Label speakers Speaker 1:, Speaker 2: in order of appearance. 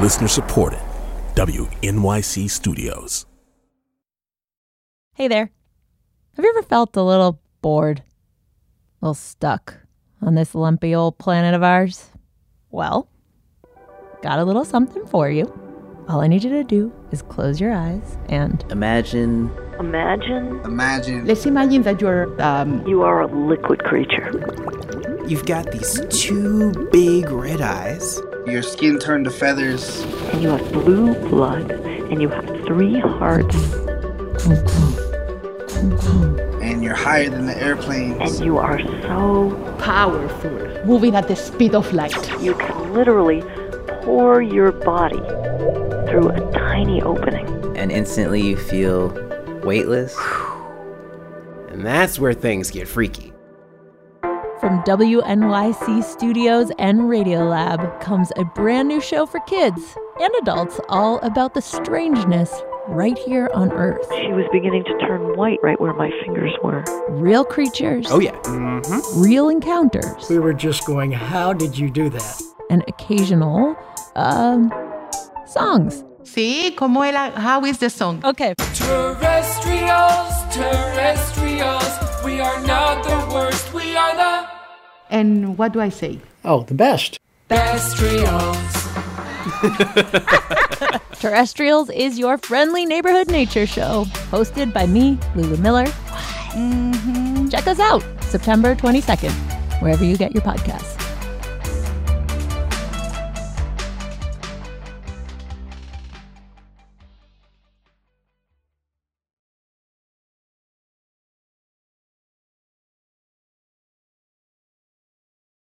Speaker 1: Listener supported. WNYC Studios.
Speaker 2: Hey there. Have you ever felt a little bored? A little stuck on this lumpy old planet of ours? Well, got a little something for you. All I need you to do is close your eyes and
Speaker 3: Imagine
Speaker 4: Imagine
Speaker 5: Imagine.
Speaker 6: Let's imagine that you're um,
Speaker 4: you are a liquid creature.
Speaker 7: You've got these two big red eyes.
Speaker 5: Your skin turned to feathers.
Speaker 4: And you have blue blood. And you have three hearts.
Speaker 5: And you're higher than the
Speaker 4: And
Speaker 5: airplanes.
Speaker 4: you are so.
Speaker 6: powerful, moving at the speed of light.
Speaker 4: You can literally pour your body through a tiny opening.
Speaker 3: and instantly you feel weightless.
Speaker 7: And that's where things get freaky.
Speaker 2: From WNYC Studios and Radiolab comes a brand new show for kids and adults all about the strangeness right here on Earth.
Speaker 4: She was beginning to turn white right where my fingers were.
Speaker 2: Real creatures,
Speaker 7: Oh yeah.
Speaker 2: real encounters,
Speaker 8: We were just going, how did you do that?
Speaker 2: and occasional um, songs.
Speaker 9: Sí, ¿cómo era? How is the song?
Speaker 2: Okay,
Speaker 10: Terrestrials, terrestrials, we are not the worst, we are the
Speaker 9: And what do I say?
Speaker 8: Oh, the best.
Speaker 10: bestrials.
Speaker 2: Terrestrials is your friendly neighborhood nature show, hosted by me, Lulu Miller. Check us out September 22nd, wherever you get your podcasts.